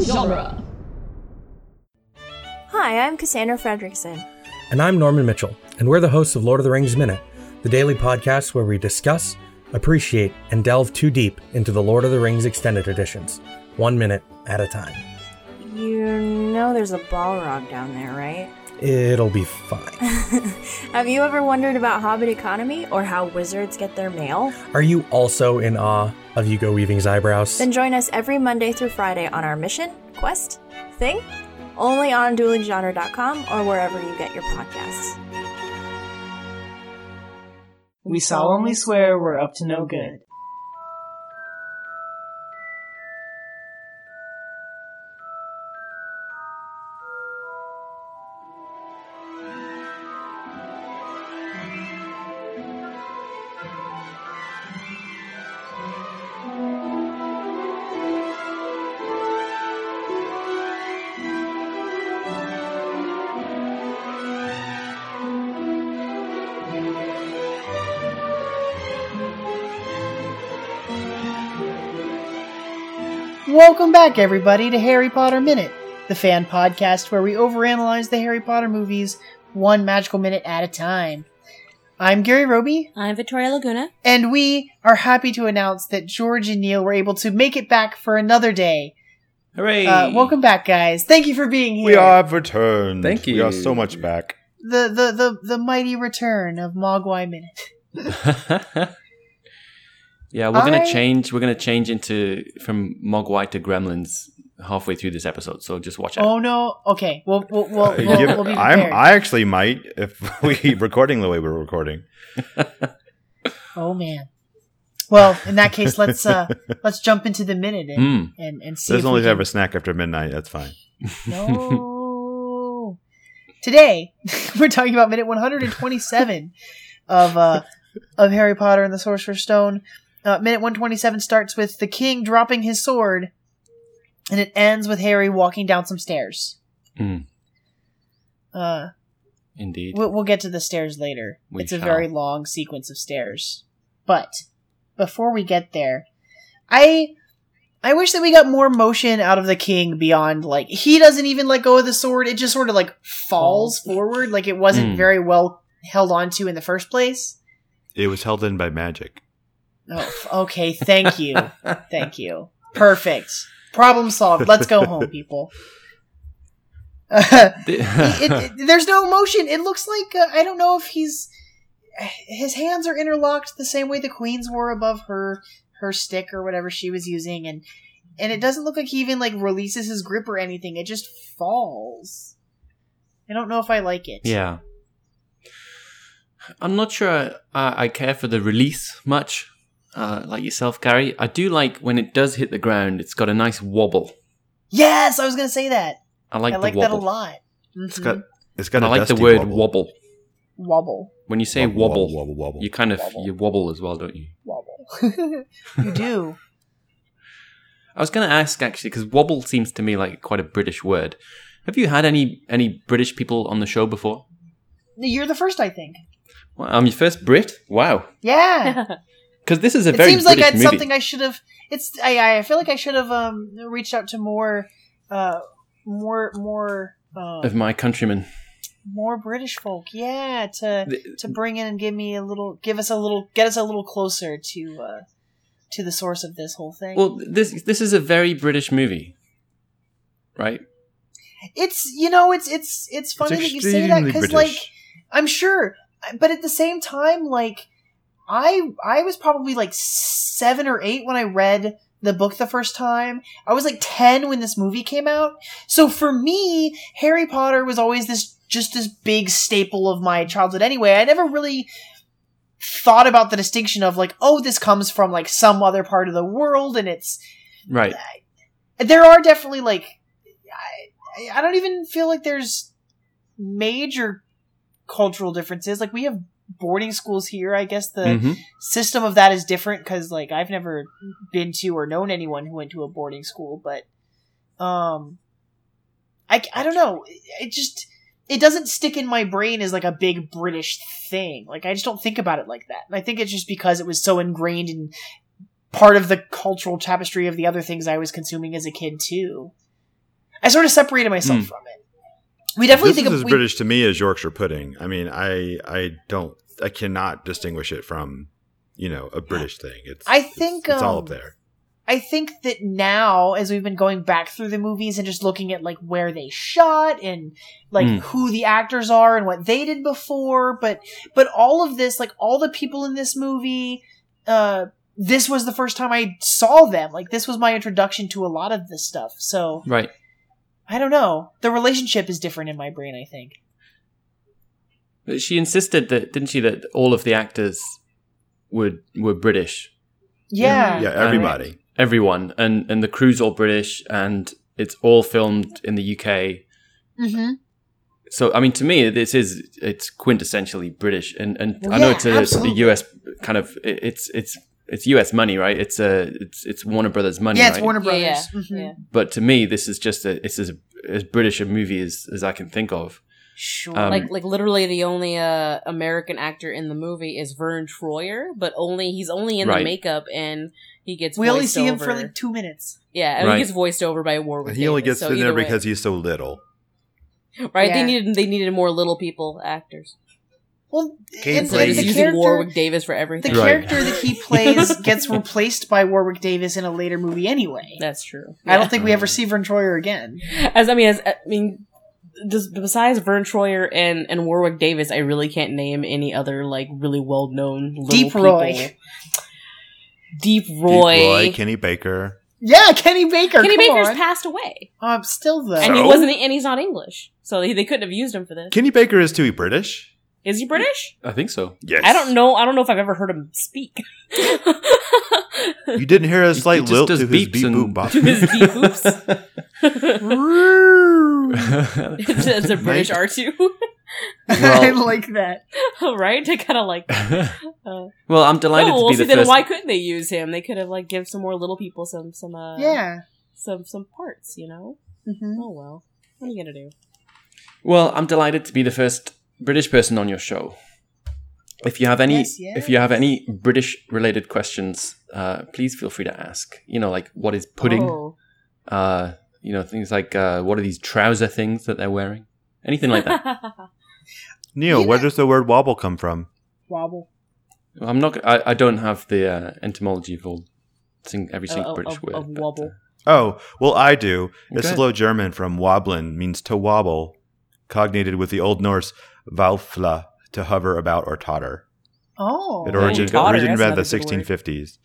genre. Hi, I'm Cassandra Fredrickson. And I'm Norman Mitchell, and we're the hosts of Lord of the Rings Minute, the daily podcast where we discuss, appreciate, and delve too deep into the Lord of the Rings extended editions, one minute at a time. You know there's a Balrog down there, right? It'll be fine. Have you ever wondered about Hobbit economy or how wizards get their mail? Are you also in awe of Hugo Weaving's eyebrows? Then join us every Monday through Friday on our mission, quest, thing, only on duelinggenre.com or wherever you get your podcasts. We solemnly swear we're up to no good. Welcome back, everybody, to Harry Potter Minute, the fan podcast where we overanalyze the Harry Potter movies one magical minute at a time. I'm Gary Roby, I'm Victoria Laguna. and we are happy to announce that George and Neil were able to make it back for another day. Hooray! Uh, welcome back, guys. Thank you for being here. We have returned. Thank We you. are so much back. the the the, the mighty return of Mogwai Minute. yeah, we're gonna I- change. We're gonna change into from Mogwai to Gremlins halfway through this episode. So just watch out. Oh no! Okay, we'll we'll we'll, Uh, we'll, give- we'll be I'm, prepared. I actually might if we keep recording the way we're recording. oh man. Well, in that case, let's uh let's jump into the minute and Hmm. and, and see. Mm. There's if only we can- ever a snack after midnight. That's fine. No. Today we're talking about minute 127 of uh, of Harry Potter and the Sorcerer's Stone. Uh, minute 127 starts with the king dropping his sword, and it ends with Harry walking down some stairs. Mm. Uh, Indeed. we'll, we'll get to the stairs later. We it's a shall. very long sequence of stairs. But before we get there, I I wish that we got more motion out of the king beyond like he doesn't even let go of the sword. It just sort of like falls forward, like it wasn't Mm. very well held onto in the first place. It was held in by magic. Oh, f- okay. Thank you. Thank you. Perfect. Problem solved. Let's go home, people. it, it, there's no motion. It looks like uh, I don't know if he's his hands are interlocked the same way the queen's were above her her stick or whatever she was using, and and it doesn't look like he even like releases his grip or anything. It just falls. I don't know if I like it. yeah. I'm not sure I, I I care for the release much, uh, like yourself, Gary. I do like when it does hit the ground. It's got a nice wobble. Yes, I was gonna say that. I like I the like that a wobble. lot. It's Mhm. got. It's got. And a I like the dusty word wobble. wobble. wobble, When you say wobble, wobble, wobble. you kind of Wobble. you wobble as well, don't you? wobble. you do. I was going to ask actually because wobble seems to me like quite a British word. Have you had any any British people on the show before? You're the first, I think. Well, I'm your first Brit. Wow, Yeah. because this is a it very seems like British that's movie. something I should have. It's I, I feel like I should have um reached out to more, uh, more more uh, of my countrymen. more British folk. Yeah, to Th- to bring in and give me a little, give us a little, get us a little closer to uh to the source of this whole thing. Well, this this is a very British movie, right? it's you know it's it's it's It's funny that you say that extremely because British. like I'm sure, but at the same time, like I I was probably like seven or eight when I read the book the first time. I was like ten when this movie came out. So for me, Harry Potter was always this just this big staple of my childhood. Anyway, I never really thought about the distinction of like, oh, this comes from like some other part of the world, and it's Right. there are definitely like I, I don't even feel like there's major cultural differences like we have boarding schools here i guess the hmm system of that is different because like i've never been to or known anyone who went to a boarding school but um i, I don't know it just it doesn't stick in my brain as like a big british thing like i just don't think about it like that and i think it's just because it was so ingrained in part of the cultural tapestry of the other things i was consuming as a kid too I sort of separated myself from it. We definitely Hmm. this think is of as we- British to me as Yorkshire pudding. I mean, I I don't I cannot distinguish it from you know a British thing. It's I it's- think, it's, all up um, there. I think that now, as we've been going back through the movies and just looking at like where they shot and like Mm. who the actors are and what they did before, but but all of this, like all the people in this movie, uh, this was the first time I saw them. Like this was my introduction to a lot of this stuff. So Right. I don't know. The relationship is different in my brain. I think. But She insisted that, didn't she, that all of the actors were were British, Yeah. Yeah, everybody. everyone, and and the crew's all British, and it's all filmed in the UK. Mm-hmm. So I mean, to me, this is it's quintessentially British, and and Well, I know yeah, it's a, a absolutely. US kind of it- it's it's it's US money, right? It's a it's it's Warner Brothers money, Yeah, it's right? Warner Yeah, Brothers. yeah, Mhm. yeah. but to me, this is just a it's as as British a movie as as I can think of. Sure. Um, like like literally the only uh, American actor in the movie is Vern Troyer, but only he's only in Right. the makeup and he gets we only voiced see him over- for like two minutes. yeah, and Right. he gets voiced over by Warwick. He only gets Davis, so in there either way- because he's so little. right. They Yeah. needed they needed more little people actors. Well, Kane and the, plays- Instead of the just using character. Warwick Davis for the everything. Right. character that he plays gets replaced by Warwick Davis in a later movie anyway. That's true. I Yeah. don't think we ever see Vern Troyer again. As I mean, as I mean, just besides Vern Troyer and and Warwick Davis, I really can't name any other like really well known Deep Roy. Deep Deep Roy. Roy, Kenny Baker. Yeah, Kenny Baker. Kenny come Baker's on. passed away, Um, still though. and he So? wasn't, and he's not English, so they, they couldn't have used him for this. Kenny Baker is too British. Is he British? I think so. Yes, I don't know. I don't know if I've ever heard him speak. You didn't hear a He- he slight just lilt does to his beeps beep and- boop bop. to his deep oops. That's a British Mate. R two, I Well- like that. right? I kind of like. That. Uh, well, I'm delighted oh, well, to be see, the then first. why couldn't they use him? They could have like give some more little people some some uh, yeah. some some parts, you know. hmm Oh well, what are you gonna do? Well, I'm delighted to be the first British person on your show. If you have any, Yes, yes. if you have any British-related questions, uh, please feel free to ask. You know, like what is pudding? Oh. Uh, you know, things like uh, what are these trouser things that they're wearing? Anything like that. Neil, You where know- does the word wobble come from? Wobble. Well, I'm not. I, I don't have the uh, entomology of all sing, every single Oh, oh, British oh, word. oh, but, uh, wobble. Oh, well, I do. It's Okay. Low German from wobblin means to wobble, cognated with the Old Norse "vaufla" to hover about or totter. Oh. It There origin, you go. Otter, originated that's about the another good word. 1650s.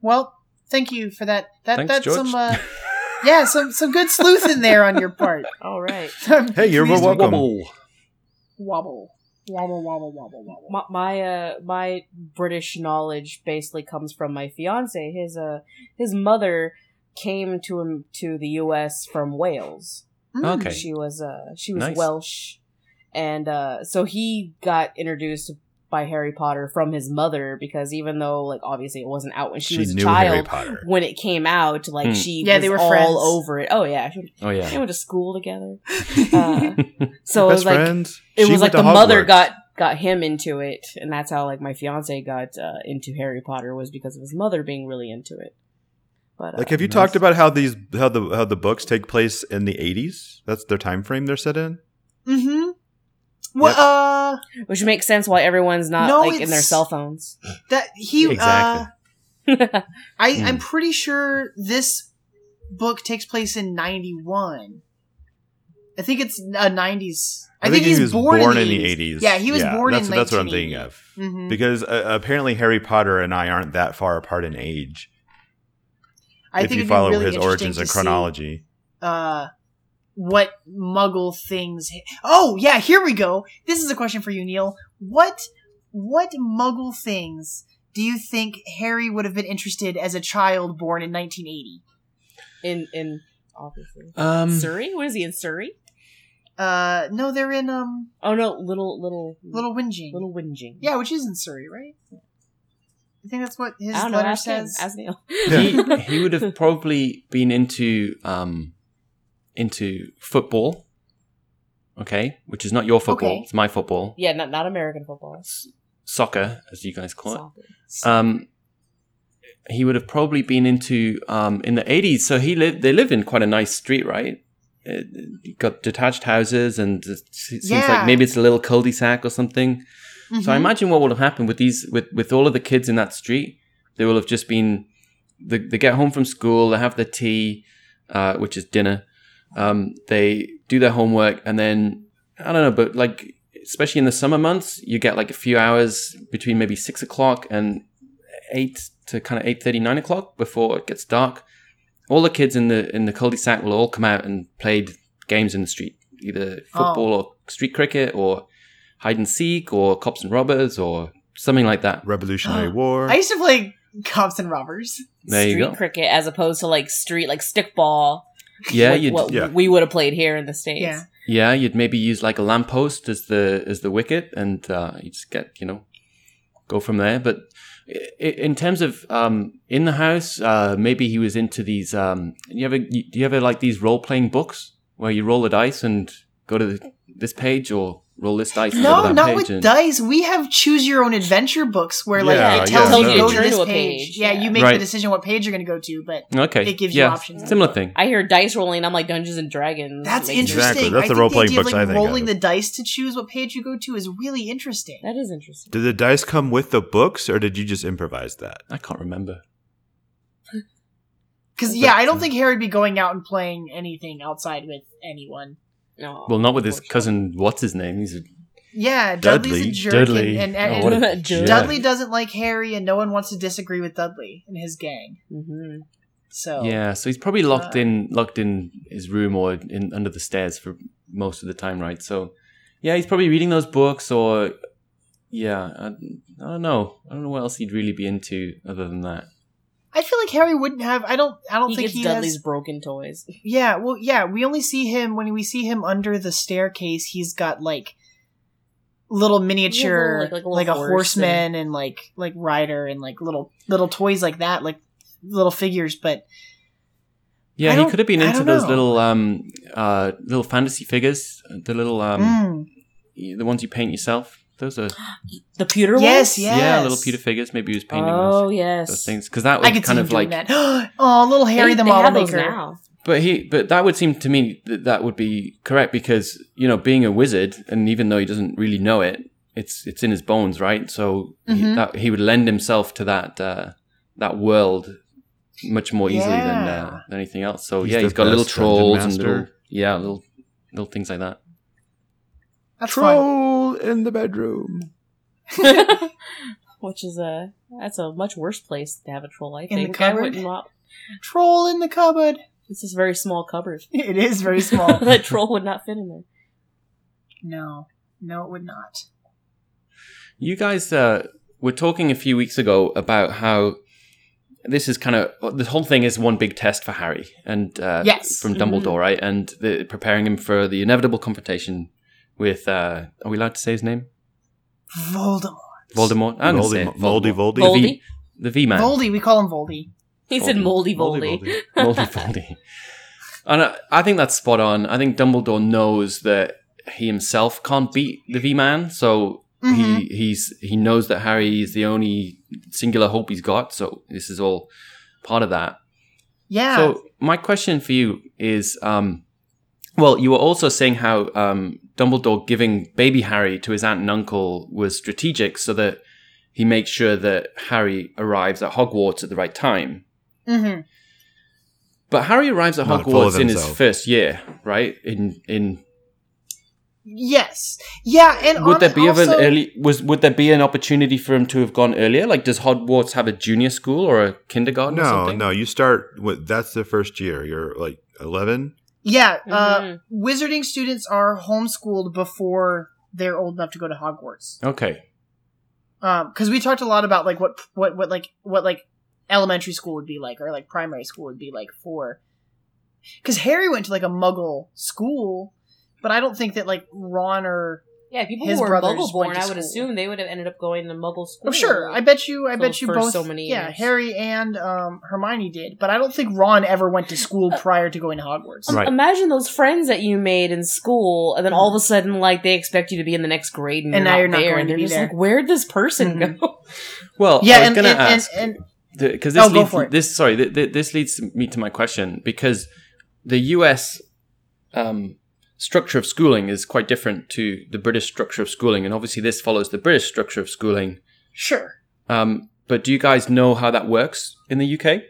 well, thank you for that. That Thanks, that's George. some. Uh, yeah, some some good sleuth in there on your part. All right. I'm Hey, you're uh, pleased wel- with- Welcome. Wobble. Wobble. Wobble. Wobble. Wobble. Wobble. my my, uh, my British knowledge basically comes from my fiance. His uh his mother came to him to the U.S. from Wales. Mm. Okay. She was uh she was Nice. Welsh, and uh, so he got introduced by Harry Potter from his mother because even though like obviously it wasn't out when she, was a Harry child. Potter. When it came out, like Hmm. she Yeah, was they were all friends. over it. Oh yeah, she- Oh they yeah. went to school together. Uh, so it was Best like friends. it She was like went the to mother Hogwarts. got got him into it and that's how like my fiance got uh, into harry potter was because of his mother being really into it but uh, Like, have you Nice. talked about how these how the how the books take place in the 80s? That's their time frame they're set in. Mm-hmm. Well, uh, which makes sense why everyone's not No, like in their it's- cell phones that he Exactly. uh, I, Hmm. I'm pretty sure this book takes place in 91. I think it's a 90s. I, think, he's he was born, born in the 80s. Yeah, he was born that's, in That's what I'm thinking of. hmm Because uh, apparently Harry Potter and I aren't that far apart in age. I if think you it'd be follow really his interesting origins to and see, chronology. uh, what Muggle things? hi- Oh yeah, here we go. This is a question for you, Neil. What what Muggle things do you think Harry would have been interested as a child born in 1980? in in obviously Um, surrey what is he in surrey Uh, no, they're in um oh no little little Little Whinging. little whinging Yeah, which is in Surrey, right? I think that's what his I don't letter know. Ask him. says. Ask Neil. he, he would have probably been into um, into football. Okay, which is not your football; Okay. it's my football. yeah, not not American football. S- soccer, as you guys call Soccer. it. Um, he would have probably been into um, in the eighties. So he lived. They live in quite a nice street, right? Uh, got detached houses, and it se- seems Yeah. like maybe it's a little cul-de-sac or something. Mm-hmm. So I imagine what would have happened with these with with all of the kids in that street, they will have just been they, they get home from school, they have their tea, uh, which is dinner. Um, they do their homework, and then I don't know, but like especially in the summer months, you get like a few hours between maybe six o'clock and eight to kind of eight thirty nine o'clock before it gets dark. All the kids in the in the cul-de-sac will all come out and play games in the street, either football or street cricket or hide and seek or cops and robbers or something like that. Revolutionary War. Uh, I used to play cops and robbers. There you street go. cricket as opposed to like street like stickball. Yeah, like you'd what yeah. we would have played here in the states. Yeah. yeah, you'd maybe use like a lamppost as the as the wicket, and uh, you just get you know go from there. But i- i- in terms of um, in the house, uh, maybe he was into these. Um, you ever you, do you ever like these role playing books where you roll the dice and go to the, this page or roll this dice and go No, to that not page? with and, dice. We have choose your own adventure books where Yeah, like it tells yeah, you no. to go to Turn to this a page. page, Yeah, yeah. you make Right. the decision what page you're going to go to, but Okay, it gives you yeah, options. Similar thing. I hear dice rolling. I'm like Dungeons and Dragons. that's Amazing. interesting. Exactly. That's I the think role-playing idea of, books I like, think of. rolling the dice to choose what page you go to is really interesting. That is interesting. Did the dice come with the books, or did you just improvise that? I can't remember. Because yeah, I don't think Harry'd be going out and playing anything outside with anyone. No. Well, not with his cousin. What's his name? He's a Yeah, Dudley's Dudley. a jerk, Dudley. and, and, Oh, and what a and jerk. Dudley doesn't like Harry, and no one wants to disagree with Dudley and his gang. Mhm. So Mm-hmm. Yeah, so he's probably locked Uh, in, locked in his room or in under the stairs for most of the time, right? So, yeah, he's probably reading those books or, yeah, I, I don't know, I don't know what else he'd really be into other than that. I feel like Harry wouldn't have. I don't. I don't He think gets he Dudley's has. broken toys. Yeah, well, yeah. We only see him when we see him under the staircase. He's got like little miniature, like- like, like a little a horse horseman and, like like rider and like little little toys like that, like little figures. But I Yeah, he don't- could have been I into don't those know. little, um, uh, little fantasy figures, the little, um, mm, y- the ones you paint yourself. Those are The pewter yes, ones? yes, yeah, little Peter figures. Maybe he was painting Oh those, yes. those things because that was I could see kind him of like doing that. oh, little Harry They- the they model have those maker. now. But he, but that would seem to me that that would be correct because you know, being a wizard, and even though he doesn't really know it, it's it's in his bones, right? So he, Mhm. that, he would lend himself to that uh, that world much more easily than uh, Yeah. than anything else. So He's yeah, the he's got little best dungeon trolls and master. little yeah, little little things like that. That's fine. Troll in the bedroom. Which is a that's a much worse place to have a troll. I the think I cupboard? would not. Troll in the cupboard. It's this very small cupboard. It is very small. that troll would not fit in there. no, no, it would not. You guys uh, were talking a few weeks ago about how this is kind of the whole thing is one big test for Harry and uh, Yes. from Dumbledore, right? And the, preparing him for the inevitable confrontation with uh, are we allowed to say his name? Voldemort. Voldemort. I'm gonna say Voldy, it. Voldy, Voldemort. Voldy. The Voldy. V, the V man. Voldy, we call him Voldy. He said moldy, moldy. Voldy. Moldy Voldy. And I, I think that's spot on. I think Dumbledore knows that he himself can't beat the V Man, so Mm-hmm. he he's he knows that Harry is the only singular hope he's got. So this is all part of that. Yeah. So my question for you is, um, well, you were also saying how um, Dumbledore giving baby Harry to his aunt and uncle was strategic, so that he makes sure that Harry arrives at Hogwarts at the right time. hmm But Harry arrives at Not full of Hogwarts in his himself. first year, right? In in Yes. Yeah, and would there hon- be of an also- early was would there be an opportunity for him to have gone earlier? Like, does Hogwarts have a junior school or a kindergarten? or No, something? no. You start. With, that's the first year. You're like eleven. Yeah, uh, Mhm. wizarding students are homeschooled before they're old enough to go to Hogwarts. Okay, Because we talked a lot about like what what what like what like elementary school would be like, or like primary school would be like for. Because Harry went to like a Muggle school, but I don't think that like Ron or Yeah, people His who were brothers muggle went born, to I would school. assume they would have ended up going to muggle school. Oh, sure. I bet you. I For- bet you for both. so many yeah, years. Harry and um, Hermione did, but I don't think Ron ever went to school prior to going to Hogwarts. Um, Right. Imagine those friends that you made in school, and then all of a sudden, like they expect you to be in the next grade, and, And you're now not you're not there, going and to Mm-hmm. they're be just there. like, "Where'd this person go?" Well, I Yeah, was and gonna and, ask. and and because this Oh, go leads, for it. this sorry th- th- this leads me to my question because the U.S. Um, structure of schooling is quite different to the British structure of schooling, and obviously this follows the British structure of schooling. Sure. Um, but do you guys know how that works in the UK?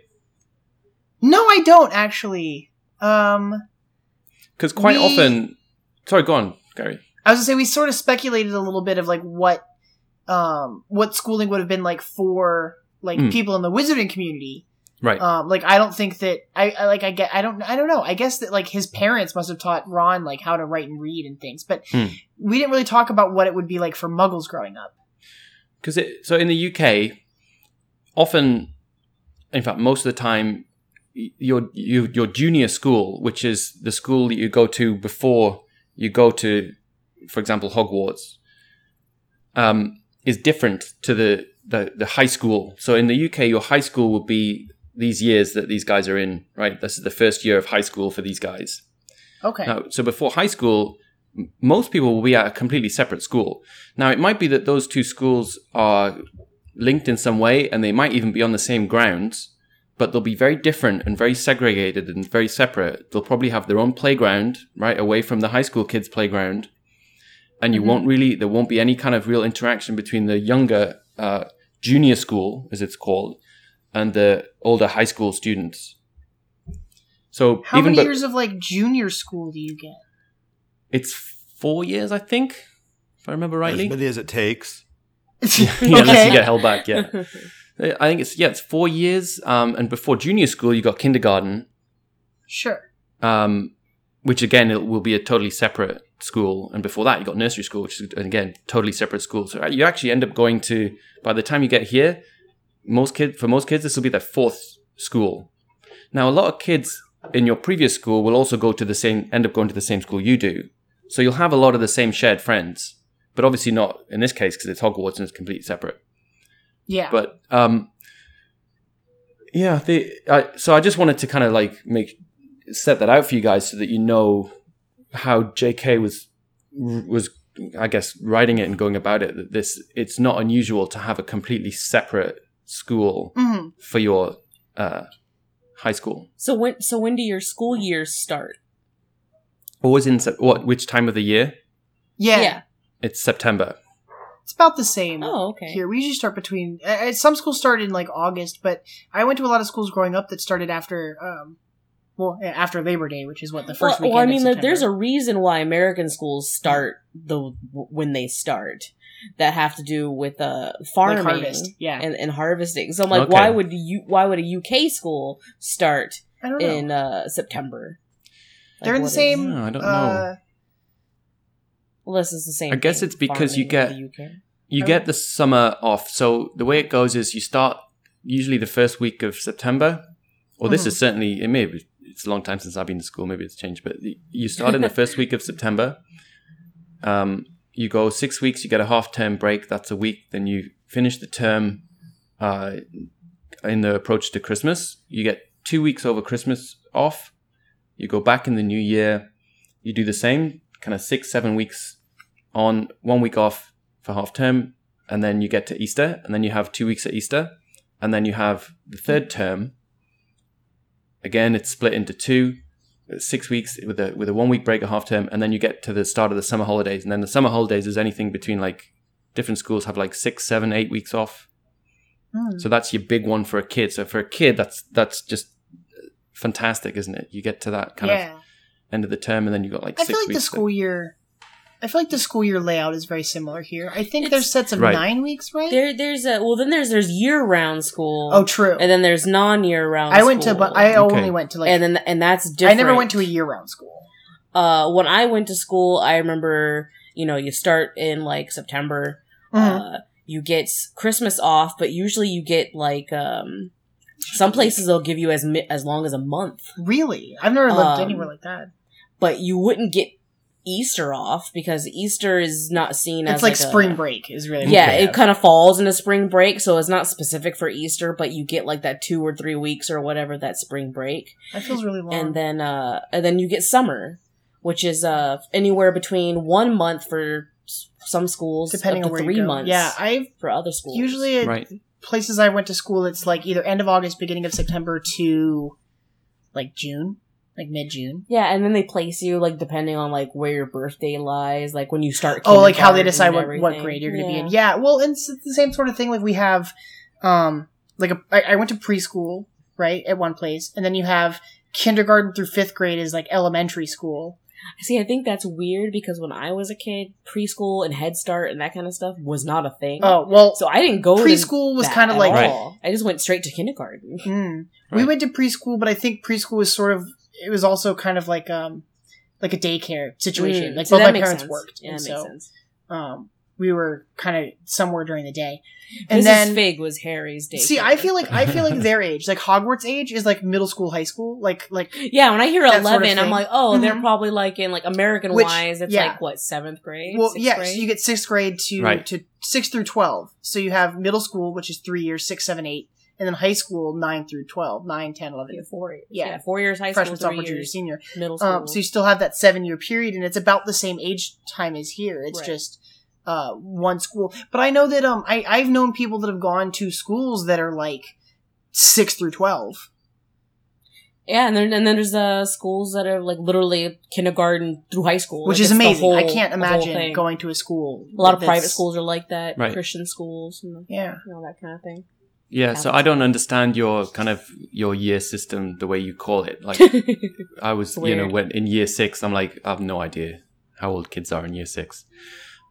No, I don't actually. Um, Because quite We- often, sorry, go on, Gary. I was gonna say we sort of speculated a little bit of like what, um, what schooling would have been like for like Hmm. people in the wizarding community. Right. Um, like I don't think that I, I like I get I don't I don't know. I guess that like his parents must have taught Ron like how to write and read and things, but Hmm. we didn't really talk about what it would be like for Muggles growing up. Because it so in the UK, often, in fact, most of the time, y- your your your junior school, which is the school that you go to before you go to, for example, Hogwarts, um, is different to the, the the high school. So in the UK, your high school would be these years that these guys are in. Right, this is the first year of high school for these guys. Okay. Now, so before high school, m- most people will be at a completely separate school. Now, it might be that those two schools are linked in some way, and they might even be on the same grounds, but they'll be very different and very segregated and very separate. They'll probably have their own playground, right, away from the high school kids' playground. And Mm-hmm. you won't really, there won't be any kind of real interaction between the younger uh, junior school, as it's called, and the older high school students. So How even many but- years of like junior school do you get? it's four years, I think, if I remember As rightly. many as it takes. yeah, unless you get held back, yeah. Uh, I think it's yeah, it's four years, um, and before junior school, you got kindergarten, Sure. um, which again it will be a totally separate school, and before that, you got nursery school, which is again totally separate school. So uh, you actually end up going to by the time you get here, most kid for most kids this will be their fourth school. Now, a lot of kids in your previous school will also go to the same end up going to the same school you do, so you'll have a lot of the same shared friends, but obviously not in this case because it's Hogwarts and it's completely separate Yeah. but um yeah they I, so i just wanted to kind of like make set that out for you guys so that you know how jk was was i guess writing it and going about it that this it's not unusual to have a completely separate school Mhm. for your uh high school So when so when do your school years start? always in Sep- what which time of the year yeah. it's september It's about the same. Oh, okay. Here, we usually start between. Uh, uh, some schools start in like August, but I went to a lot of schools growing up that started after, um, well, yeah, after Labor Day, which is what the first well, weekend. well, I of mean, there- September. there's a reason why American schools start the when they start that have to do with uh farming like harvest. Yeah, and, and harvesting. So I'm like, Okay. why would you? Why would a UK school start I don't know. in uh September? Like, They're in the what is- same- no, i don't know uh, Unless it's the same. I guess thing, it's because you farming in the UK. You get the summer off. So the way it goes is you start usually the first week of September, or this is certainly it may be it's a long time since I've been to school. Maybe it's changed, but y- you start in the first week of September. Um, you go six weeks. You get a half term break. That's a week. Then you finish the term uh, in the approach to Christmas. You get two weeks over Christmas off. You go back in the new year. You do the same kind of six, seven weeks on, one week off for half term, and then you get to Easter, and then you have two weeks at Easter, and then you have the third term. Again, it's split into two, it's six weeks with a with a one week break, a half term, and then you get to the start of the summer holidays, and then the summer holidays is anything between like different schools have like six, seven, eight weeks off. hmm. So that's your big one for a kid. So for a kid, that's that's just fantastic, isn't it? You get to that kind of yeah. end of the term, and then you got like I six feel like the weeks. school year. I feel like the school year layout is very similar here. I think there's It's- sets of Right. nine weeks, right? There, there's a well. Then there's there's year round school. oh, true. and then there's non year round. I went to, school. but I Okay. only went to like. and then and that's I different. never went to a year-round school. uh, when I went to school, I remember, you know, you start in like September, Mhm. uh, you get s- Christmas off, but usually you get like, um, some places they'll give you as mi- as long as a month, Really, I've never lived um, anywhere like that. but you wouldn't get Easter off because Easter is not seen as It's like, a- spring break is really Yeah, Okay. it kind of falls into spring break, so it's not specific for Easter, but you get like that two or three weeks or whatever that spring break. That feels really long. and then uh and then you get summer which is uh anywhere between one month for s- some schools depending up on to where three you go. months Yeah, I've for other schools usually Right. places I went to school, it's like either end of August, beginning of September to like June, like mid June. Yeah, and then they place you like depending on like where your birthday lies, like when you start. Oh, like how they kindergarten decide and what, what everything. grade you're going to Yeah. be in. Yeah, well, and it's the same sort of thing. Like we have, um, like a, I, I went to preschool right at one place, and then you have kindergarten through fifth grade is like elementary school. See, I think that's weird because when I was a kid, preschool and Head Start and that kind of stuff was not a thing. Oh well, so I didn't go to preschool was that kind of at like Right. all. I just went straight to kindergarten. Mm. We Right. went to preschool, but I think preschool was sort of it was also kind of like um like a daycare situation. Mm, Like so both that my makes parents sense. worked, Yeah, and that so makes sense. um we were kind of somewhere during the day. And And Mrs. then Fig was Harry's day. see, I feel like I feel like their age, like Hogwarts age, is like middle school, high school, like like yeah. When I hear that sort of eleven, I'm thing. like, oh, they're Mhm. probably like in like American Which- wise, it's yeah. like what seventh grade. well, sixth yeah. grade? So you get sixth grade to Right. to six through twelve. So you have middle school, which is three years, six, seven, eight, and then high school, nine through 12, 9, 10, 11. Yeah, four years. Yeah. Yeah. four years high freshman, school, sophomore, three junior, years senior. middle school. Um, so you still have that seven year period, and it's about the same age time as here. It's Right. just uh, one school. But I know that um, I I've known people that have gone to schools that are like six through twelve. yeah, and then and then there's uh, schools that are like literally kindergarten through high school, Which Like, is it's the amazing. I whole- can't the whole imagine thing. going to a school. A lot of that's- private schools are like that, Right. Christian schools, and Yeah. you know, that kind of thing. Yeah, so I don't understand your kind of your year system the way you call it. Like I was, you know, Weird. when in year six, I'm like, I have no idea how old kids are in year six.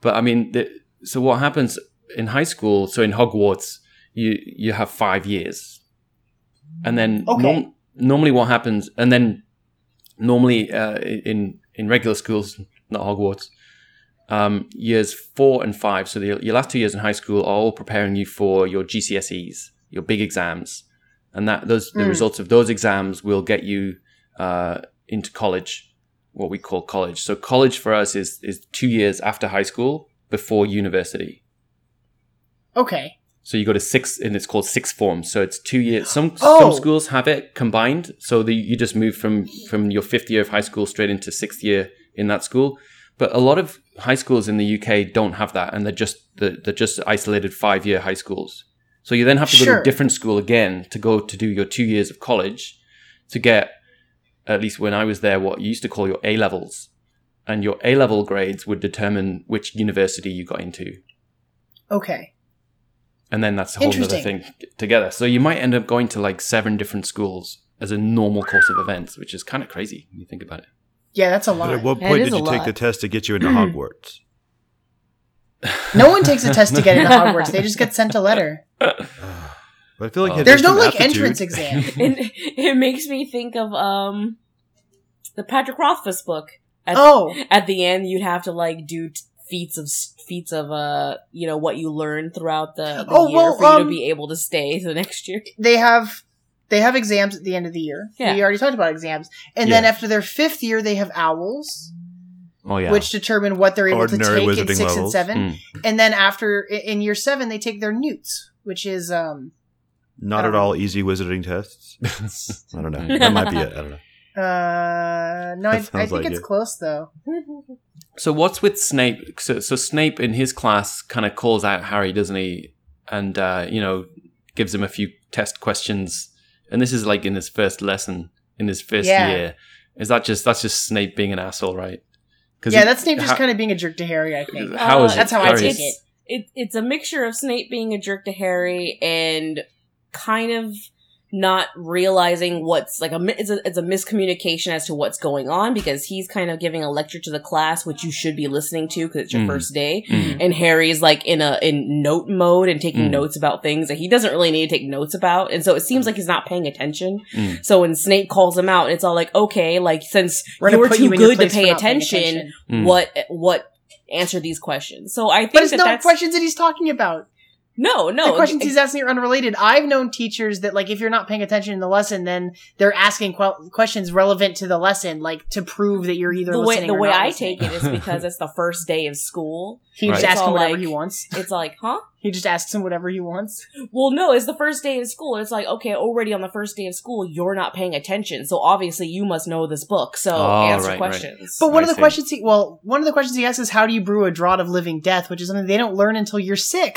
But I mean, the, so what happens in high school? So in Hogwarts, you you have five years, and then Okay. norm, normally what happens, and then normally uh, in in regular schools, not Hogwarts, um, years four and five. So the, your last two years in high school are all preparing you for your GCSEs, your big exams, and that those the Mm. results of those exams will get you uh, into college, what we call college. So college for us is is two years after high school before university. Okay. So you go to six, and it's called sixth form. So it's two years. Some Oh. some schools have it combined, so the, you just move from from your fifth year of high school straight into sixth year in that school. But a lot of high schools in the UK don't have that, and they're just they're, they're just isolated five year high schools. So you then have to go to Sure. a different school again to go to do your two years of college to get at least when I was there what you used to call your A levels, and your A level grades would determine which university you got into Okay. and then that's a whole other Interesting. thing t- together. So you might end up going to like seven different schools as a normal course of events, which is kind of crazy when you think about Yeah, that's a But at lot. what That point is did a you take lot. the test to get you into Hogwarts? it. No one takes a test to get into Hogwarts. They just get sent a letter. But I feel like Oh. had There's no instant like aptitude. entrance exam. And it makes me think of um the Patrick Rothfuss book. At, Oh, at the end, you'd have to like do t- feats of s- feats of uh you know what you learn throughout the, the Oh, year well, for you um, to be able to stay the next year. they have they have exams at the end of the year. Yeah. We already talked about exams, and then Yeah. after their fifth year, they have owls. oh yeah, which determine what they're able to Ordinary take in wizarding six and levels. Hmm. seven. Mm. And then after i- in year seven, they take their newts, which is um Not at all easy wizarding tests. I don't know. That might be it. I don't know. uh no, I, That sounds I think like it's it. close though. So what's with Snape? So, so Snape in his class kind of calls out Harry, doesn't he? And uh, you know, gives him a few test questions. And this is like in his first lesson, in his first Yeah. year. Is that just that's just Snape being an asshole, right? Yeah, that's Snape just kind of being a jerk to Harry. I think How is Uh, it? that's how I Harry's- take it. it, it's a mixture of Snape being a jerk to Harry and kind of not realizing what's like a mi- it's a it's a miscommunication as to what's going on because he's kind of giving a lecture to the class which you should be listening to because it's your Mm. first day Mm. Hmm. and Harry's like in a in note mode and Mm. taking notes about things that he doesn't really need to take notes about, and so it seems like he's not paying attention. Mm. So when Snape calls him out, it's all like, okay, like since We're you gonna were put too you in your good to place for pay not paying attention, Mm. Hmm. what what answer these questions? So I think But it's that not that's questions that he's talking about. no no the questions ex- he's asking are unrelated. I've known teachers that like if you're not paying attention in the lesson, then they're asking que- questions relevant to the lesson, like to prove that you're either the way listening the or way not I listening. take it is because it's the first day of school. He just Right. asks It's him all whatever like- he wants. It's like, huh? He just asks him whatever he wants. Well, no, it's the first day of school. It's like, okay, already on the first day of school, you're not paying attention. So obviously, you must know this book. So Oh, right, answer right. questions. But one I of the see. questions he well, one of the questions he asks is how do you brew a draught of living death, which is something they don't learn until year six.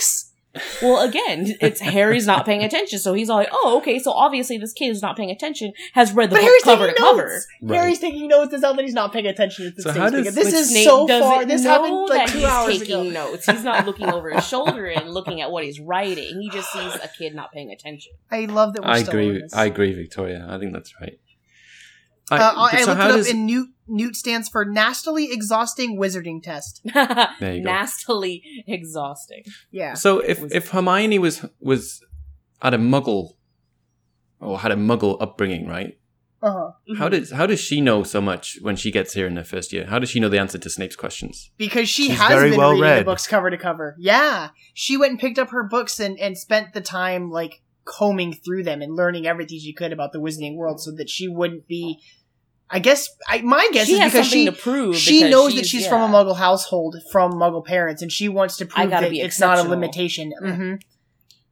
Well, again, it's Harry's not paying attention, so he's all like, "Oh, okay, so obviously this kid is not paying attention has read the But book Harry's cover to taking cover." notes. Right. Harry's taking notes. It's not that he's not paying attention at this So stage. how does- because this like, is Snape so doesn't far. This know happened like that two he's hours taking ago. notes. He's not looking over his shoulder and looking at what he's writing. He just sees a kid not paying attention. I love that. We're I still On agree. this. I agree, Victoria. I think that's right. I, Uh, I, I so looked how it up, does and Newt Newt stands for Nastily Exhausting Wizarding Test. there you go. Nastily exhausting. Yeah. So if Was- if Hermione was was had a Muggle or had a Muggle upbringing, right? Uh huh. How does how does she know so much when she gets here in her first year? How does she know the answer to Snape's questions? Because she She's has very been well reading the read. books cover to cover. Yeah, she went and picked up her books and and spent the time like combing through them and learning everything she could about the Wizarding world, so that she wouldn't be. I guess I, my guess she is has because something she to prove. she because knows that she's yeah. from a Muggle household, from Muggle parents, and she wants to prove gotta that be it's not a exceptional. Mm. limitation. Yeah. hmm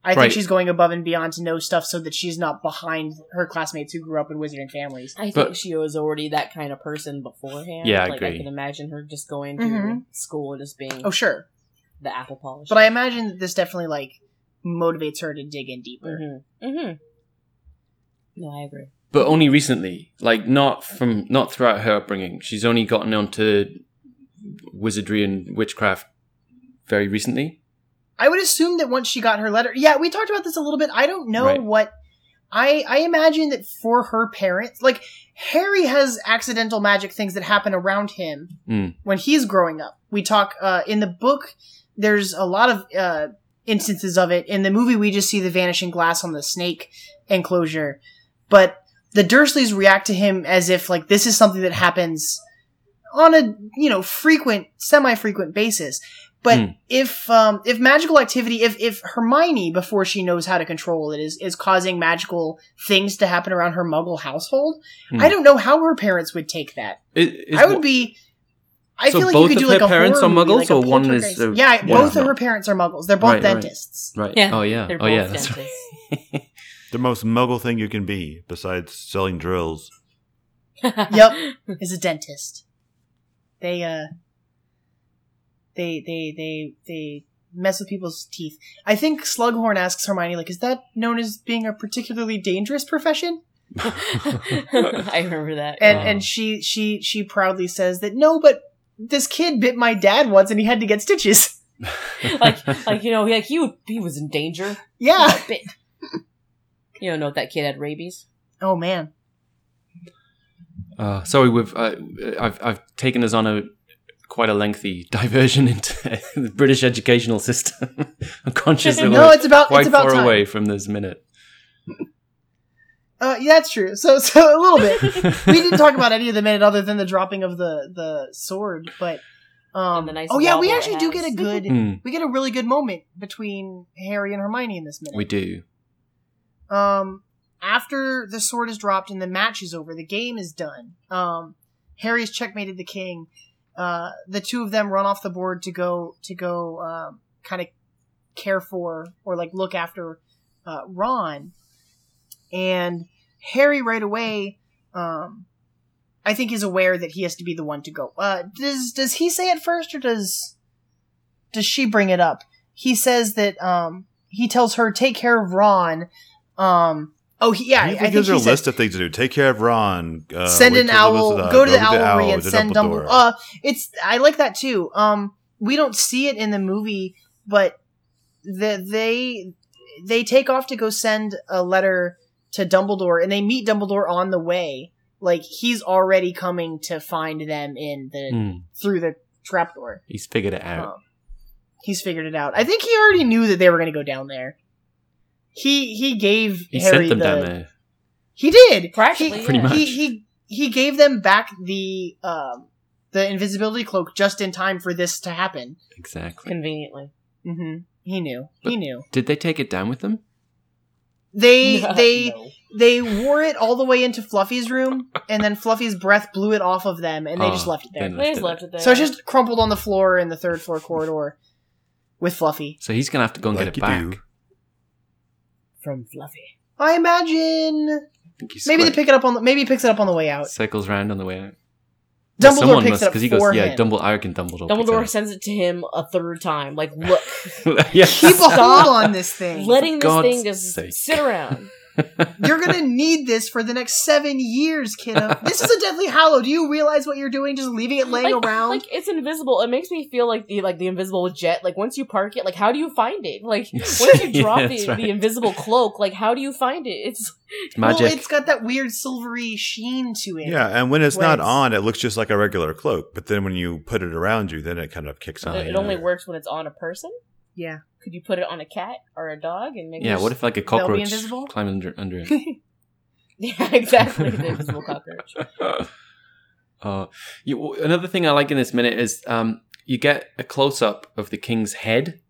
I Right. think she's going above and beyond to know stuff so that she's not behind her classmates who grew up in wizarding families. I think But- she was already that kind of person beforehand. Yeah, I like, I agree. can imagine her just going to Mhm. school and just being Oh, sure. the apple polish. But I imagine that this definitely, like, motivates her to dig in deeper. Mm-hmm. Mm-hmm. No, I agree. But only recently, like not from not throughout her upbringing. She's only gotten onto wizardry and witchcraft very recently. I would assume that once she got her letter. Yeah, we talked about this a little bit. I don't know Right. what. I, I imagine that for her parents, like, Harry has accidental magic things that happen around him Mm. when he's growing up. We talk uh, in the book. There's a lot of uh, instances of it. In the movie, we just see the vanishing glass on the snake enclosure, but the Dursleys react to him as if like this is something that happens on a you know frequent, semi-frequent basis. But Hmm. if um, if magical activity, if if Hermione before she knows how to control it is is causing magical things to happen around her Muggle household, Hmm. I don't know how her parents would take that. It, it's I would wh- be. I So feel like both you could of do her like a parents horror are movie, Muggles like a or one is poltergeist. the- yeah, one both is of not? her parents are Muggles. They're both Right, right. dentists. right. Yeah, oh yeah. They're Oh yeah. both That's right. dentists. The most muggle thing you can be, besides selling drills. Yep. Is a dentist. They uh. They they they they mess with people's teeth. I think Slughorn asks Hermione like, "Is that known as being a particularly dangerous profession?" I remember that. And Wow. and she she she proudly says that no, but this kid bit my dad once and he had to get stitches. like, like you know, like he would, he was in danger. He Yeah. got bit. You don't know if that kid had rabies. Oh man. Uh, sorry, we've uh, I've I've taken us on a quite a lengthy diversion into the British educational system. I'm conscious that No, we're it's about quite it's about far time. away from this minute. Uh, yeah, that's true. So, so a little bit. we didn't talk about any of the minute other than the dropping of the the sword, but um, And the nice oh yeah, we wobble it actually do get a has. good, Hmm, we get a really good moment between Harry and Hermione in this minute. we do. Um, after the sword is dropped and the match is over, the game is done. Um, Harry's checkmated the king. Uh, the two of them run off the board to go to go um, kind of care for or like look after uh, Ron. And Harry right away, um, I think, is aware that he has to be the one to go. Uh, does does he say it first or does does she bring it up? He says that um, he tells her take care of Ron. Um, oh he, yeah, he I even think gives her a he said- list of things to do. Take care of Ron. Uh, send wait an till owl, Elizabeth- go to the owlry owl, and to send Dumbledore. Dumbledore. Uh, it's I like that too. Um, we don't see it in the movie, but the, they they take off to go send a letter to Dumbledore, and they meet Dumbledore on the way. Like he's already coming to find them in the Hmm, through the trapdoor. he's figured it out. Um, he's figured it out. I think he already knew that they were going to go down there. He he gave he Harry sent them the, down there. he did Practically, He, Pretty yeah. much. He, he he gave them back the um the invisibility cloak just in time for this to happen. Exactly. Conveniently, hmm He knew. But- he knew. Did they take it down with them? They they No. they wore it all the way into Fluffy's room, and then Fluffy's breath blew it off of them, and they Oh, just left it they there. They just left it there. So it's just crumpled on the floor in the third floor corridor with Fluffy. So he's gonna have to go and Like get it you back. do. from Fluffy. I imagine I think he's maybe they quite- pick it up on the, maybe he picks it up on the way out. circles round on the way out. Well, Dumbledore someone picks must, it up he goes, for yeah, him. Dumbledore, arrogant Dumbledore. Dumbledore picks it sends it to him a third time. Like, look, up. yeah. Keep a hold on this thing. letting this God's thing just sake. sit around. You're gonna need this for the next seven years, kiddo. This is a deadly hallow. Do you realize what you're doing? Just leaving it laying like, around. like it's invisible. It makes me feel like the like the invisible jet. Like once you park it, like how do you find it? Like Yes. once you Yeah, drop the, that's right. the invisible cloak, like how do you find it? It's Magic. Well, it's got that weird silvery sheen to it. Yeah, and when it's not Whereas- on, it looks just like a regular cloak. But then when you put it around you, then it kind of Uh, kicks on. Oh, it, it you. only works when it's on a person. Yeah. Could you put it on a cat or a dog and make? yeah, it what if like a be cockroach invisible? climbed under, under it? yeah, exactly. The invisible cockroach. uh, you, another thing I like in this minute is um, you get a close up of the king's head.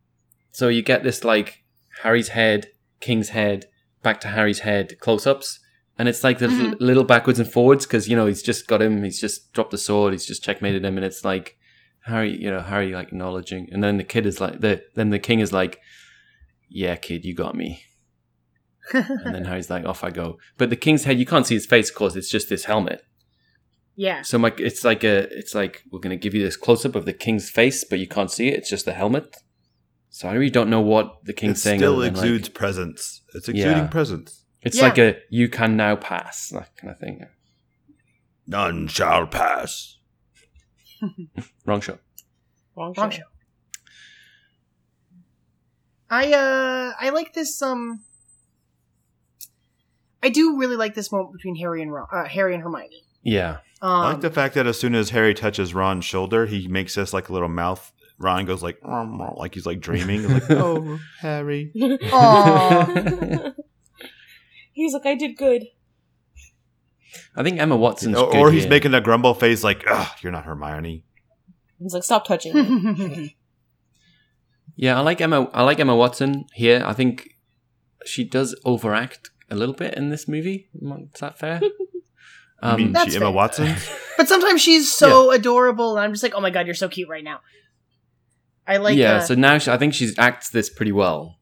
So you get this like Harry's head, king's head, back to Harry's head close ups. And it's like the little- little backwards and forwards because, you know, he's just got him, he's just dropped the sword, he's just checkmated him. And it's like Harry, you know, Harry like acknowledging. And then the kid is like, the, then the king is like, yeah, kid, you got me. and then Harry's like, off I go. But the king's head, you can't see his face, of course, it's just this helmet. Yeah. So my, it's like a, it's like we're gonna give you this close up of the king's face, but you can't see it. It's just the helmet. So I really don't know what the It king's saying. still other than, like, exudes presence. It's Yeah. exuding presence. it's Yeah. like a you can now pass that kind of thing. None shall pass. Wrong shot. Wrong, Wrong show. show. I uh I like this um I do really like this moment between Harry and Ron, uh, Harry and Hermione. Yeah, Um, I like the fact that as soon as Harry touches Ron's shoulder, he makes this like a little mouth. Ron goes like, "Um," like he's like dreaming. He's like, oh, Harry. Aw. He's like, I did good. I think Emma Watson's Or, good or he's here. making a grumble face like, Ugh, you're not Hermione. He's like, stop touching me. Yeah, I like Emma. I like Emma Watson here. I think she does overact a little bit in this movie. Is that fair? I Um, mean, That's she, Emma fair. Watson? but sometimes she's so adorable and I'm just like, "Oh my god, you're so cute right now." I like yeah. uh, so now she, I think she acts this pretty well.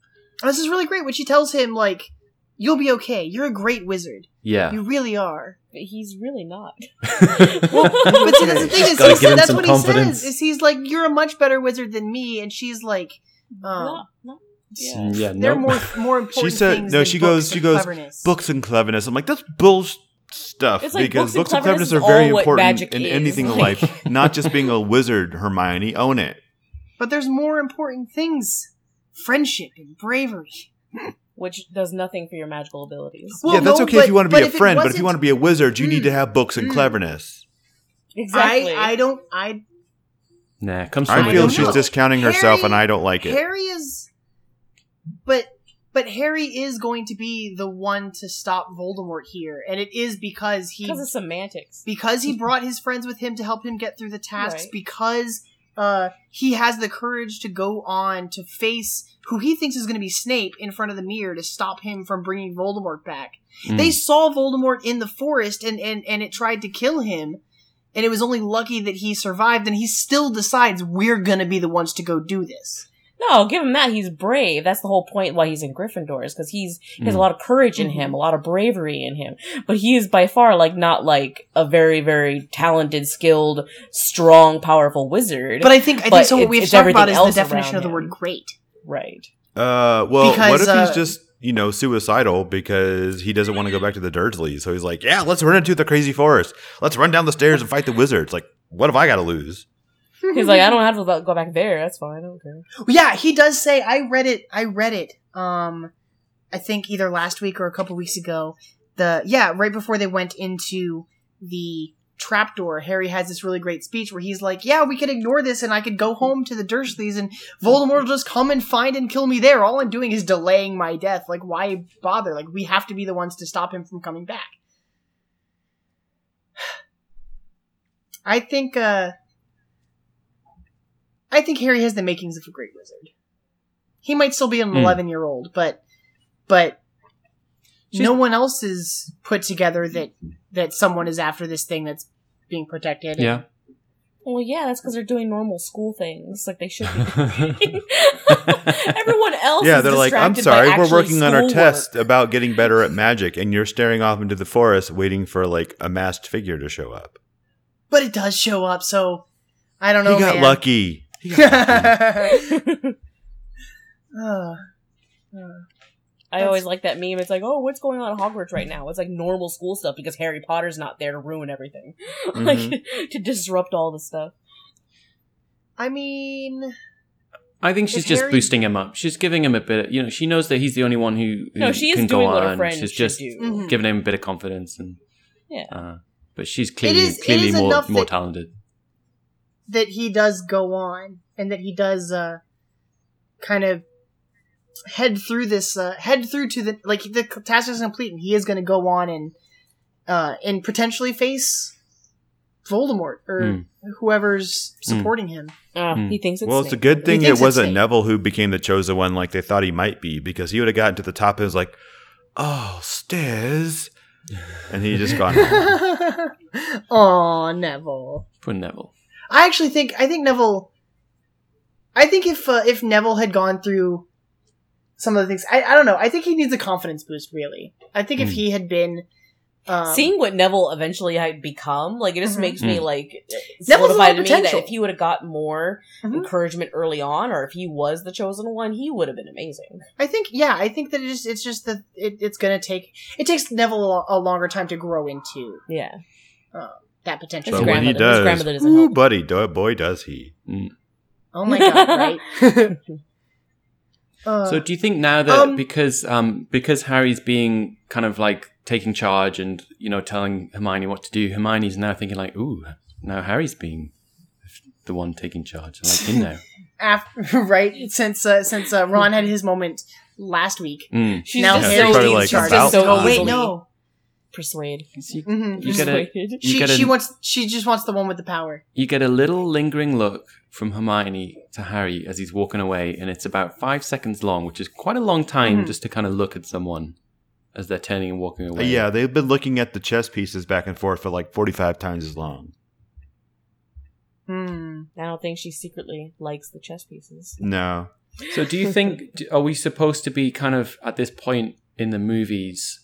this is really great when she tells him like, "You'll be okay. You're a great wizard. Yeah. You really are." But he's really not. But see, that's the thing Just is, gotta he's, give him that's some what confidence. he says. Is he's like, "You're a much better wizard than me," and she's like, um, Not- not- Yeah, yeah. There are no. more more important She said- things. no, than she books goes- and she goes, cleverness. Books and cleverness. I'm like, that's bullshit stuff It's like because books books and and cleverness cleverness is are very all what important magic in is. anything in Like- life. Not just being a wizard, Hermione. Own it. But there's more important things: friendship and bravery. Which does nothing for your magical abilities. Well, yeah, that's no, okay but- if you want to be but a if it friend, but if wasn't- you want to be a wizard, you need Mm. to have books and Mm. cleverness. Exactly. I, I don't. I Nah, it comes from I I feel don't she's know. discounting herself, and Harry- I don't like it. Harry is, but but Harry is going to be the one to stop Voldemort here, and it is because he because of semantics. because he brought his friends with him to help him get through the tasks Right. because uh, he has the courage to go on to face who he thinks is going to be snape in front of the mirror to stop him from bringing voldemort back Mm. they saw voldemort in the forest and, and and it tried to kill him and it was only lucky that he survived and he still decides we're going to be the ones to go do this No, give him that. He's brave. That's the whole point why he's in Gryffindor is because he's he has a Mm. lot of courage in him, a lot of bravery in him. But he is by far like not like a very very talented, skilled, strong, powerful wizard. but i think i think But so what we have it's- to talk about it's is everything the else definition around of the him. word great right. Uh, well, what Because, if uh, he's just you know suicidal because he doesn't want to go back to the Dursleys? So he's like, yeah, let's run into the crazy forest. Let's run down the stairs and fight the wizards. Like, what have I got to lose? He's like, I don't have to go back there. That's fine. I don't care. Yeah, he does say I read it I read it um I think either last week or a couple weeks ago. The yeah, right before they went into the trapdoor, Harry has this really great speech where he's like, "Yeah, we could ignore this and I could go home to the Dursleys and Voldemort will just come and find and kill me there. All I'm doing is delaying my death. Like why bother? Like we have to be the ones to stop him from coming back." I think uh I think Harry has the makings of a great wizard. He might still be an Hmm. eleven year old, but but She's- no one else is put together that that someone is after this thing that's being protected. Yeah. Well, yeah, that's because they're doing normal school things like they should be. Everyone else. yeah, is they're like, I'm distracted sorry, by we're actual working on our schoolwork." test about getting better at magic, and you're staring off into the forest waiting for like a masked figure to show up. but it does show up. So I don't know. he got man. lucky. He got lucky. Uh, uh. I always like that meme. It's like, oh, what's going on at Hogwarts right now? It's like normal school stuff because Harry Potter's not there to ruin everything, like Mm-hmm. to disrupt all the stuff. I mean, I think she's If just Harry- boosting him up. She's giving him a bit. Of, you know, she knows that he's the only one who, who No, she can is go doing what on. a friend she's should just do. mhm. giving him a bit of confidence, and Yeah. Uh, but she's clearly is- it clearly is more enough more that- talented. that he does go on and that he does uh, kind of head through this uh, head through to the like the task is complete and he is going to go on and uh, and potentially face Voldemort or Mm. whoever's supporting him. Ah, Hmm. He thinks it's Well, it's Snape. a good thing it thinks it's wasn't Snape. Neville who became the chosen one like they thought he might be because he would have gotten to the top and was like, oh, stairs. And he just gone. home. Aw, Neville. Poor Neville. I actually think I think Neville. I think if uh, if Neville had gone through some of the things, I, I don't know. I think he needs a confidence boost. Really, I think if Mm. he had been um, Seeing what Neville eventually had become, like it just Mhm. makes Hmm. me like Neville's a lot solidify of to me that potential. if he would have got more Mhm. encouragement early on, or if he was the chosen one, he would have been amazing. I think yeah, I think that it just it's just that it, it's gonna take it takes Neville a, a longer time to grow into Yeah, that potential. His But when he grandmother- his does, grandmother doesn't ooh, help. buddy, do, boy, does he. Oh my god, right? Uh, So do you think now that Um, because um because Harry's being kind of like taking charge and you know telling Hermione what to do, Hermione's now thinking like, ooh, now Harry's being the one taking charge. I like him now. af- right since uh, since uh, Ron had his moment last week. Mm. She's now just Yeah, Harry's so probably easy like, she's just about so time. Oh wait, easily no. persuade. So you, Mhm. you get a Persuaded. you she get a she wants she just wants the one with the power. you get a little lingering look from Hermione to Harry as he's walking away, and it's about five seconds long, which is quite a long time Mhm. just to kind of look at someone as they're turning and walking away. Yeah, they've been looking at the chess pieces back and forth for like 45 times as long. Hmm. I don't think she secretly likes the chess pieces. No. So, do you think do- are we supposed to be kind of at this point in the movies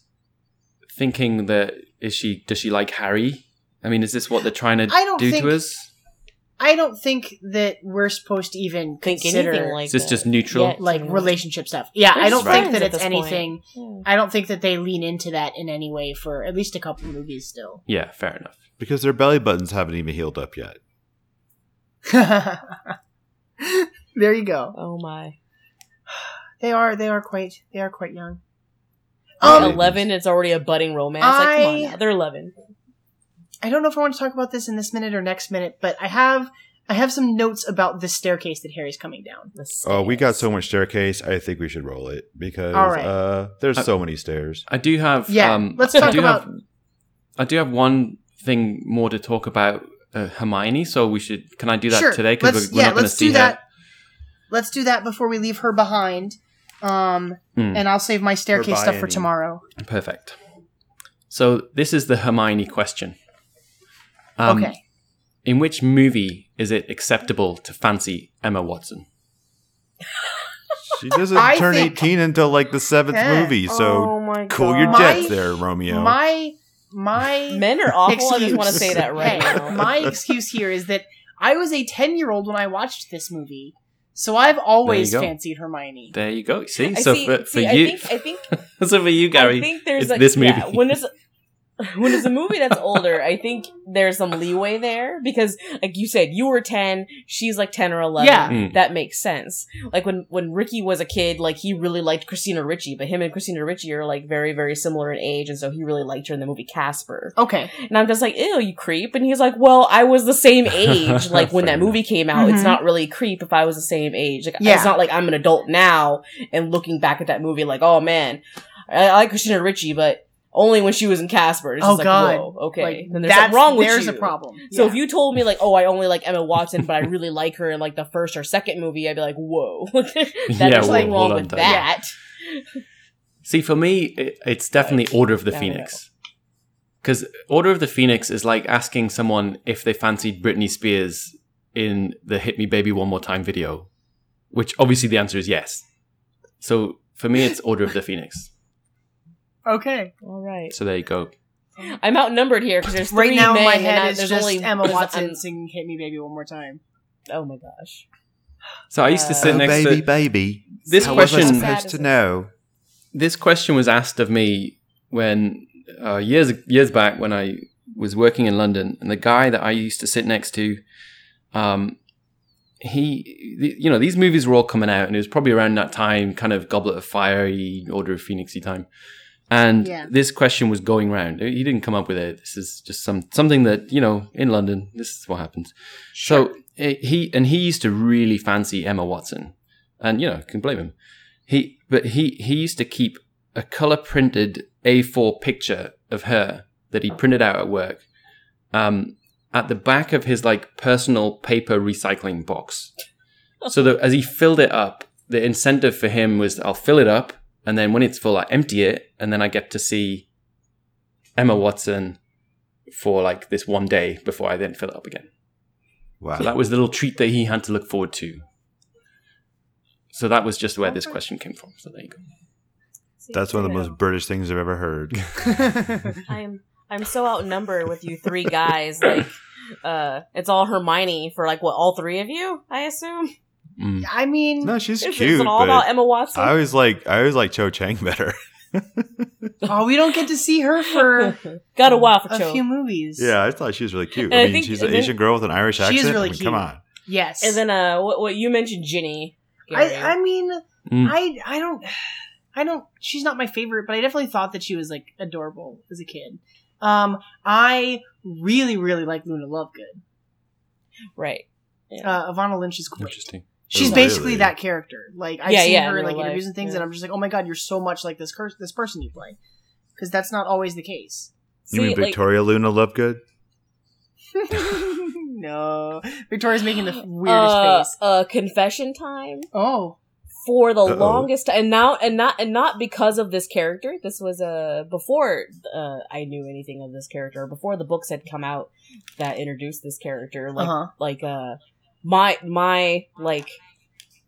thinking that is she does she like Harry? I mean, is this what they're trying to I don't do think- to us? I don't think that we're supposed to even Think anything consider like Is this that. just neutral? Yeah, like generally. relationship stuff. Yeah, They're I just don't think friends that at it's this point. anything. Yeah. I don't think that they lean into that in any way for at least a couple movies still. Yeah, fair enough. Because their belly buttons haven't even healed up yet. there you go. Oh my! They are they are quite they are quite young. At Um, eleven, it's already a budding romance. Like, come on, I- now. they're eleven. I don't know if I want to talk about this in this minute or next minute, but I have I have some notes about this staircase that Harry's coming down. The Oh, we got stairs. so much staircase. I think we should roll it because All right. uh, there's Uh, so many stairs. I do have. Yeah, um, let's I talk do about- Have, I do have one thing more to talk about uh, Hermione. So we should. Can I do that Sure, today? Because let's- we're, we're yeah, not going to let's see do her. that. Let's do that before we leave her behind. Um, Mm. and I'll save my staircase stuff for biennium. tomorrow. Perfect. So this is the Hermione question. Um, okay. In which movie is it acceptable to fancy Emma Watson? She doesn't I turn think- 18 until like the seventh Yeah. movie, so oh my cool God. your My- jets there, Romeo. My my Men are awful. I just want to Excuse. say that right Hey, now. my excuse here is that I was a 10 year old when I watched this movie, so I've always go. fancied Hermione. There you go. See, I so see, for, for see, you, I think, I think, so for you, I Gary, think there's it's like this movie. Yeah, when it's when it's a movie that's older, I think there's some leeway there because, like you said, you were ten, she's like ten or eleven. Yeah. Hmm. Mm. that makes sense. Like when when Ricky was a kid, like he really liked Christina Ricci, but him and Christina Ricci are like very very similar in age, and so he really liked her in the movie Casper. Okay. And I'm just like, ew, you creep. And he's like, well, I was the same age, like when Fair that enough. movie came out. It's Mhm. not really creep if I was the same age. Like Yeah. it's not like I'm an adult now and looking back at that movie like, oh man, I, I like Christina Ricci, but only when she was in Casper. It's Oh, just like, God. whoa, okay, Like, then there's that's something wrong with There's you. a problem. So Yeah. if you told me like, oh, I only like Emma Watson, but I really like her in like the first or second movie, I'd be like, whoa, that's Yeah, something whoa, hold wrong on with to that. that. See, for me, it, it's definitely Order of the I don't Phoenix. Because Order of the Phoenix is like asking someone if they fancied Britney Spears in the Hit Me Baby One More Time video, which obviously the answer is yes. So for me, it's Order of the Phoenix. okay. All right, So there you go. I'm outnumbered here because there's three Right now, men in my and I- head is there's just only Emma I'm- Watson singing "Hit Me, Baby, One More Time." oh my gosh. So I used to Uh, sit Oh, next baby, to baby. this How question. was I Sad, supposed to isn't it? know? this question was asked of me when uh, years years back when I was working in London, and the guy that I used to sit next to, um, he, the, you know, these movies were all coming out, and it was probably around that time, kind of Goblet of Fiery, Order of Phoenixy time, and Yeah. this question was going round. He didn't come up with it. This is just some something that you know in London. This is what happens. So eh, he and he used to really fancy Emma Watson, and you know, can blame him. He but he he used to keep a color printed A4 picture of her that he printed out at work um, at the back of his like personal paper recycling box. So that as he filled it up, the incentive for him was I'll fill it up, and then when it's full, I empty it, and then I get to see Emma Watson for like this one day before I then fill it up again. Wow. So that was the little treat that he had to look forward to. So that was just where this question came from. So there you go. That's one of the most British things I've ever heard. I'm I'm so outnumbered with you three guys. Like, uh, it's all Hermione for like what all three of you, I assume. Mm. I mean, no, she's It's, cute, all about but Emma Watson. I always like I always like Cho Chang better. oh, we don't get to see her for Got a while for a Cho. few movies. yeah, I thought she was really cute. And I I mean, think- she's an and then- Asian girl with an Irish She is accent. really I mean, cute. Come on. Yes. and then uh, what, what you mentioned, Ginny. Gary. I, I mean, Mm. I I don't I don't she's not my favorite, but I definitely thought that she was like adorable as a kid. Um I really really like Luna Lovegood. right. Uh Ivana Lynch is great. Interesting. She's Oh, basically really? that character. Like I Yeah, see yeah, her in like real in interviews life, and things yeah. and I'm just like, "Oh my god, you're so much like this cur- this person you play." Cuz that's not always the case. You mean Victoria Luna Lovegood? no. Victoria's making the weirdest Uh, face. uh, confession time Oh. for the Uh-oh. longest, and now and not and not because of this character. This was uh before uh, I knew anything of this character, before the books had come out that introduced this character. Like Uh-huh. like uh my my like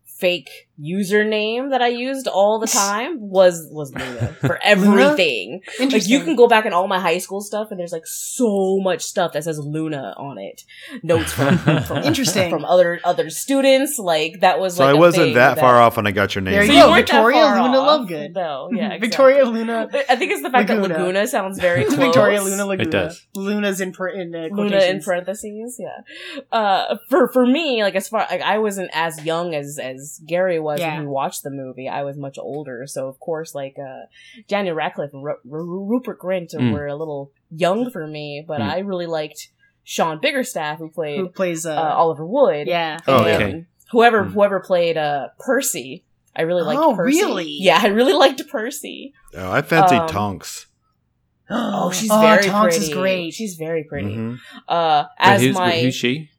fake username that I used all the time was was Luna for everything. Like Interesting. you can go back in all my high school stuff, and there's like so much stuff that says Luna on it. Notes from from, Interesting. from other other students. Like that was. So like I a wasn't thing that far off when I got your name. There So you you go, weren't that Victoria far Luna off, Lovegood. No, yeah, exactly. Victoria Luna I think it's the fact Laguna. that Laguna sounds very close. Victoria Luna Laguna. does. Luna's in per- in uh, Luna in quotations. parentheses, yeah. Uh, for for me, like as far like I wasn't as young as as Gary was Yeah. when we watched the movie. I was much older, so of course, like uh, Daniel Radcliffe and Ru- Ru- Rupert Grint Mm. were a little young for me, but Mm. I really liked Sean Biggerstaff, who played who plays uh, uh, Oliver Wood. yeah. Oh, And okay. Whoever Mm. whoever played uh Percy, I really liked. Oh, Percy. really? Yeah, I really liked Percy. oh, I fancy Um, Tonks. Oh, she's very Tonks pretty. is great. She's very pretty. Mhm. Uh, Mm-hmm. But as who's, my Oh, who's she?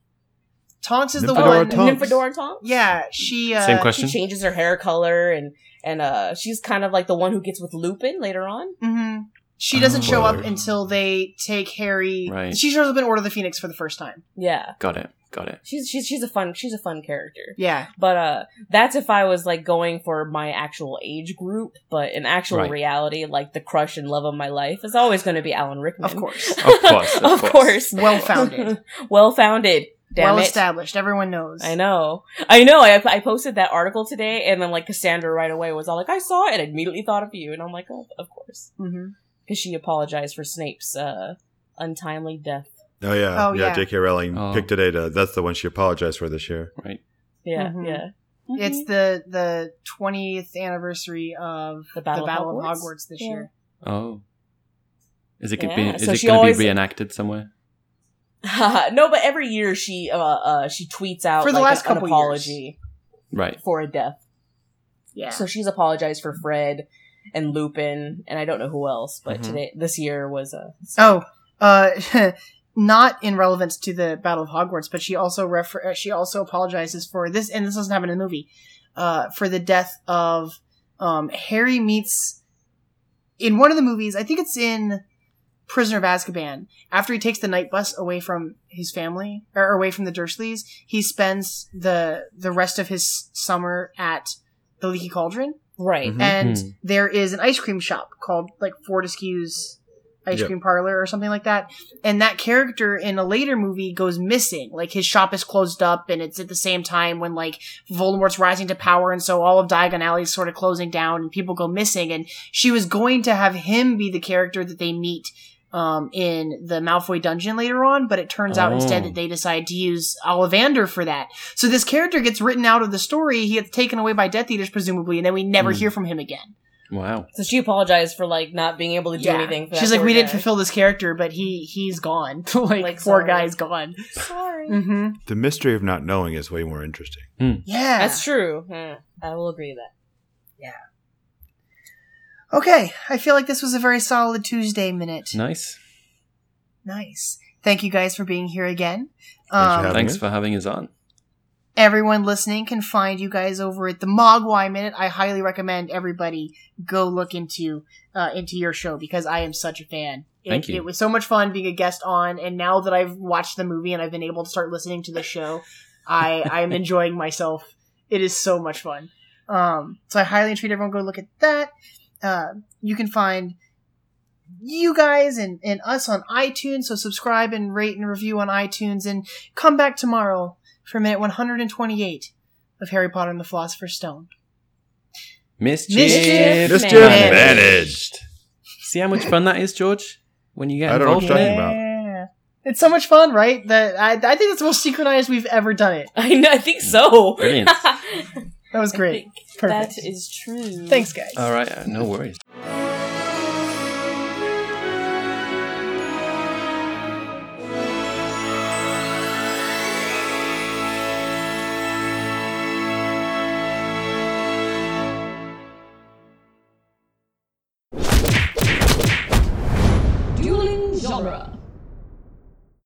Tonks is the Nymphadora one. Tonks. Nymphadora Tonks. Yeah, she. Uh, Same question. She changes her hair color and and uh she's kind of like the one who gets with Lupin later on. mhm. She doesn't show up Spoiler. until they take Harry. Right. She shows up in Order of the Phoenix for the first time. Yeah. Got it. Got it. She's she's she's a fun she's a fun character. Yeah. But uh that's if I was like going for my actual age group, but in actual Right. reality, like the crush and love of my life is always gonna be Alan Rickman. Of course. Of course, of of course. course. Well founded. well founded. Damn well it. established. Everyone knows. I know. I know. I, I posted that article today, and then like Cassandra right away was all like, "I saw it," and immediately thought of you, and I'm like, "Oh, of course," Mhm. because she apologized for Snape's uh, untimely death. Oh yeah, Oh, yeah. yeah. J.K. Rowling Oh. picked it. Ada. That's the one she apologized for this year. Right. Yeah, Mhm. yeah. It's Mhm. the the twentieth anniversary of The the Battle, Battle of of Hogwarts. Hogwarts this Yeah. year. Oh. Is it, Yeah, be, is so it she going to always- be reenacted somewhere? no, but every year she uh, uh she tweets out For the like, last an- an couple years. apology Right. for a death. Yeah. So she's apologized for Fred and Lupin, and I don't know who else. But Mhm. today, this year was a Oh, uh, not in relevance to the Battle of Hogwarts, but she also refer- uh, she also apologizes for this, and this doesn't happen in the movie, uh, for the death of um, Harry meets in one of the movies. I think it's in Prisoner of Azkaban. After he takes the night bus away from his family or away from the Dursleys, he spends the the rest of his summer at the Leaky Cauldron right. Mhm. and there is an ice cream shop called like Fortescue's ice Yep. cream parlor or something like that. And that character in a later movie goes missing. Like his shop is closed up and it's at the same time when like Voldemort's rising to power and so all of Diagon Alley is sort of closing down and people go missing and she was going to have him be the character that they meet um, in the Malfoy dungeon later on, but it turns out instead Oh. that they decide to use Ollivander for that. So this character gets written out of the story, he gets taken away by Death Eaters presumably, and then we never Hmm. hear from him again. Wow. So she apologized for like not being able to do Yeah. anything. For that She's like, poor we didn't guy." fulfill this character, but he he's gone. like, Like, poor sorry. guy's gone. Sorry. Mm-hmm. hmm The mystery of not knowing is way more interesting. Yeah, That's true. Yeah, I will agree with that. okay. I feel like this was a very solid Tuesday minute. Nice. Nice. Thank you guys for being here again. Thanks for Um, having Thanks us. for having us on. everyone listening can find you guys over at the Mogwai Minute. I highly recommend everybody go look into uh, into your show because I am such a fan. It, Thank you. It was so much fun being a guest on, and now that I've watched the movie and I've been able to start listening to the show, I I am enjoying myself. It is so much fun. Um, so I highly entreat everyone go look at that. Uh, you can find you guys and, and us on iTunes. So subscribe and rate and review on iTunes and come back tomorrow for minute 128 of Harry Potter and the Philosopher's Stone. Mischief. Mischief Mischief managed. managed. See how much fun that is, George? When you get I don't know what involved you're in talking it. about. Yeah. It's so much fun, right? That I, I think it's the most synchronized we've ever done it. I know. I think so. Brilliant. That was I great. think Perfect. That is true. Thanks, guys. All right. uh, No worries.